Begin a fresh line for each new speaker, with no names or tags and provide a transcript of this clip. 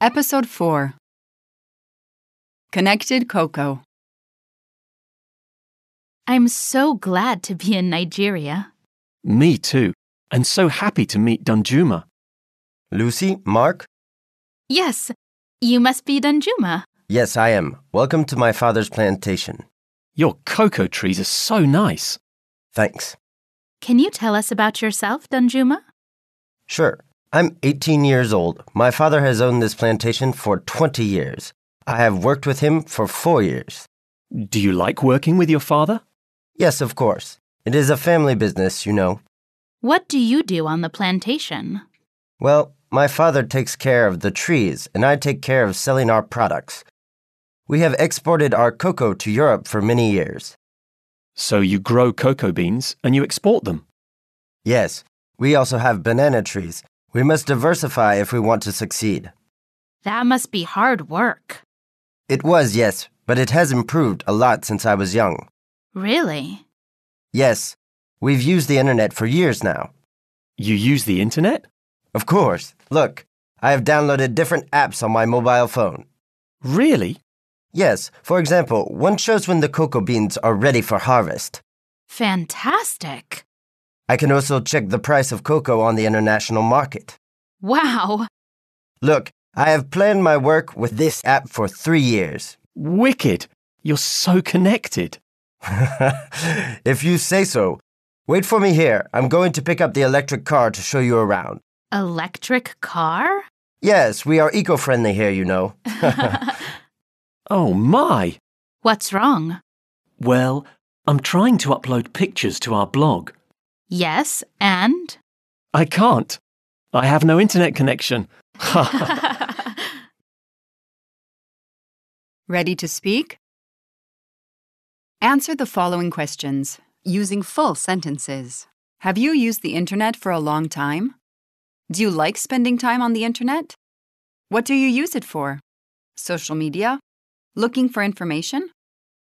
Episode 4 Connected Cocoa.
I'm so glad to be in Nigeria.
Me too, and so happy to meet Dunjuma.
Lucy, Mark?
Yes, you must be Danjuma.
Yes, I am. Welcome to my father's plantation.
Your cocoa trees are so nice.
Thanks.
Can you tell us about yourself, Danjuma?
Sure. I'm 18 years old. My father has owned this plantation for 20 years. I have worked with him for four years.
Do you like working with your father?
Yes, of course. It is a family business, you know.
What do you do on the plantation?
Well, my father takes care of the trees, and I take care of selling our products. We have exported our cocoa to Europe for many years.
So you grow cocoa beans and you export them.
Yes, we also have banana trees. We must diversify if we want to succeed.
That must be hard work.
It was, yes, but it has improved a lot since I was young.
Really?
Yes, we've used the internet for years now.
You use the internet?
Of course. Look, I have downloaded different apps on my mobile phone.
Really?
Yes, for example, one shows when the cocoa beans are ready for harvest.
Fantastic.
I can also check the price of cocoa on the international market.
Wow.
Look, I have planned my work with this app for three years.
Wicked. You're so connected.
if you say so. Wait for me here. I'm going to pick up the electric car to show you around.
Electric car?
Yes, we are eco friendly here, you know.
Oh my!
What's wrong?
Well, I'm trying to upload pictures to our blog.
Yes, and?
I can't. I have no internet connection.
Ready to speak? Answer the following questions using full sentences. Have you used the internet for a long time? Do you like spending time on the internet? What do you use it for? Social media? Looking for information?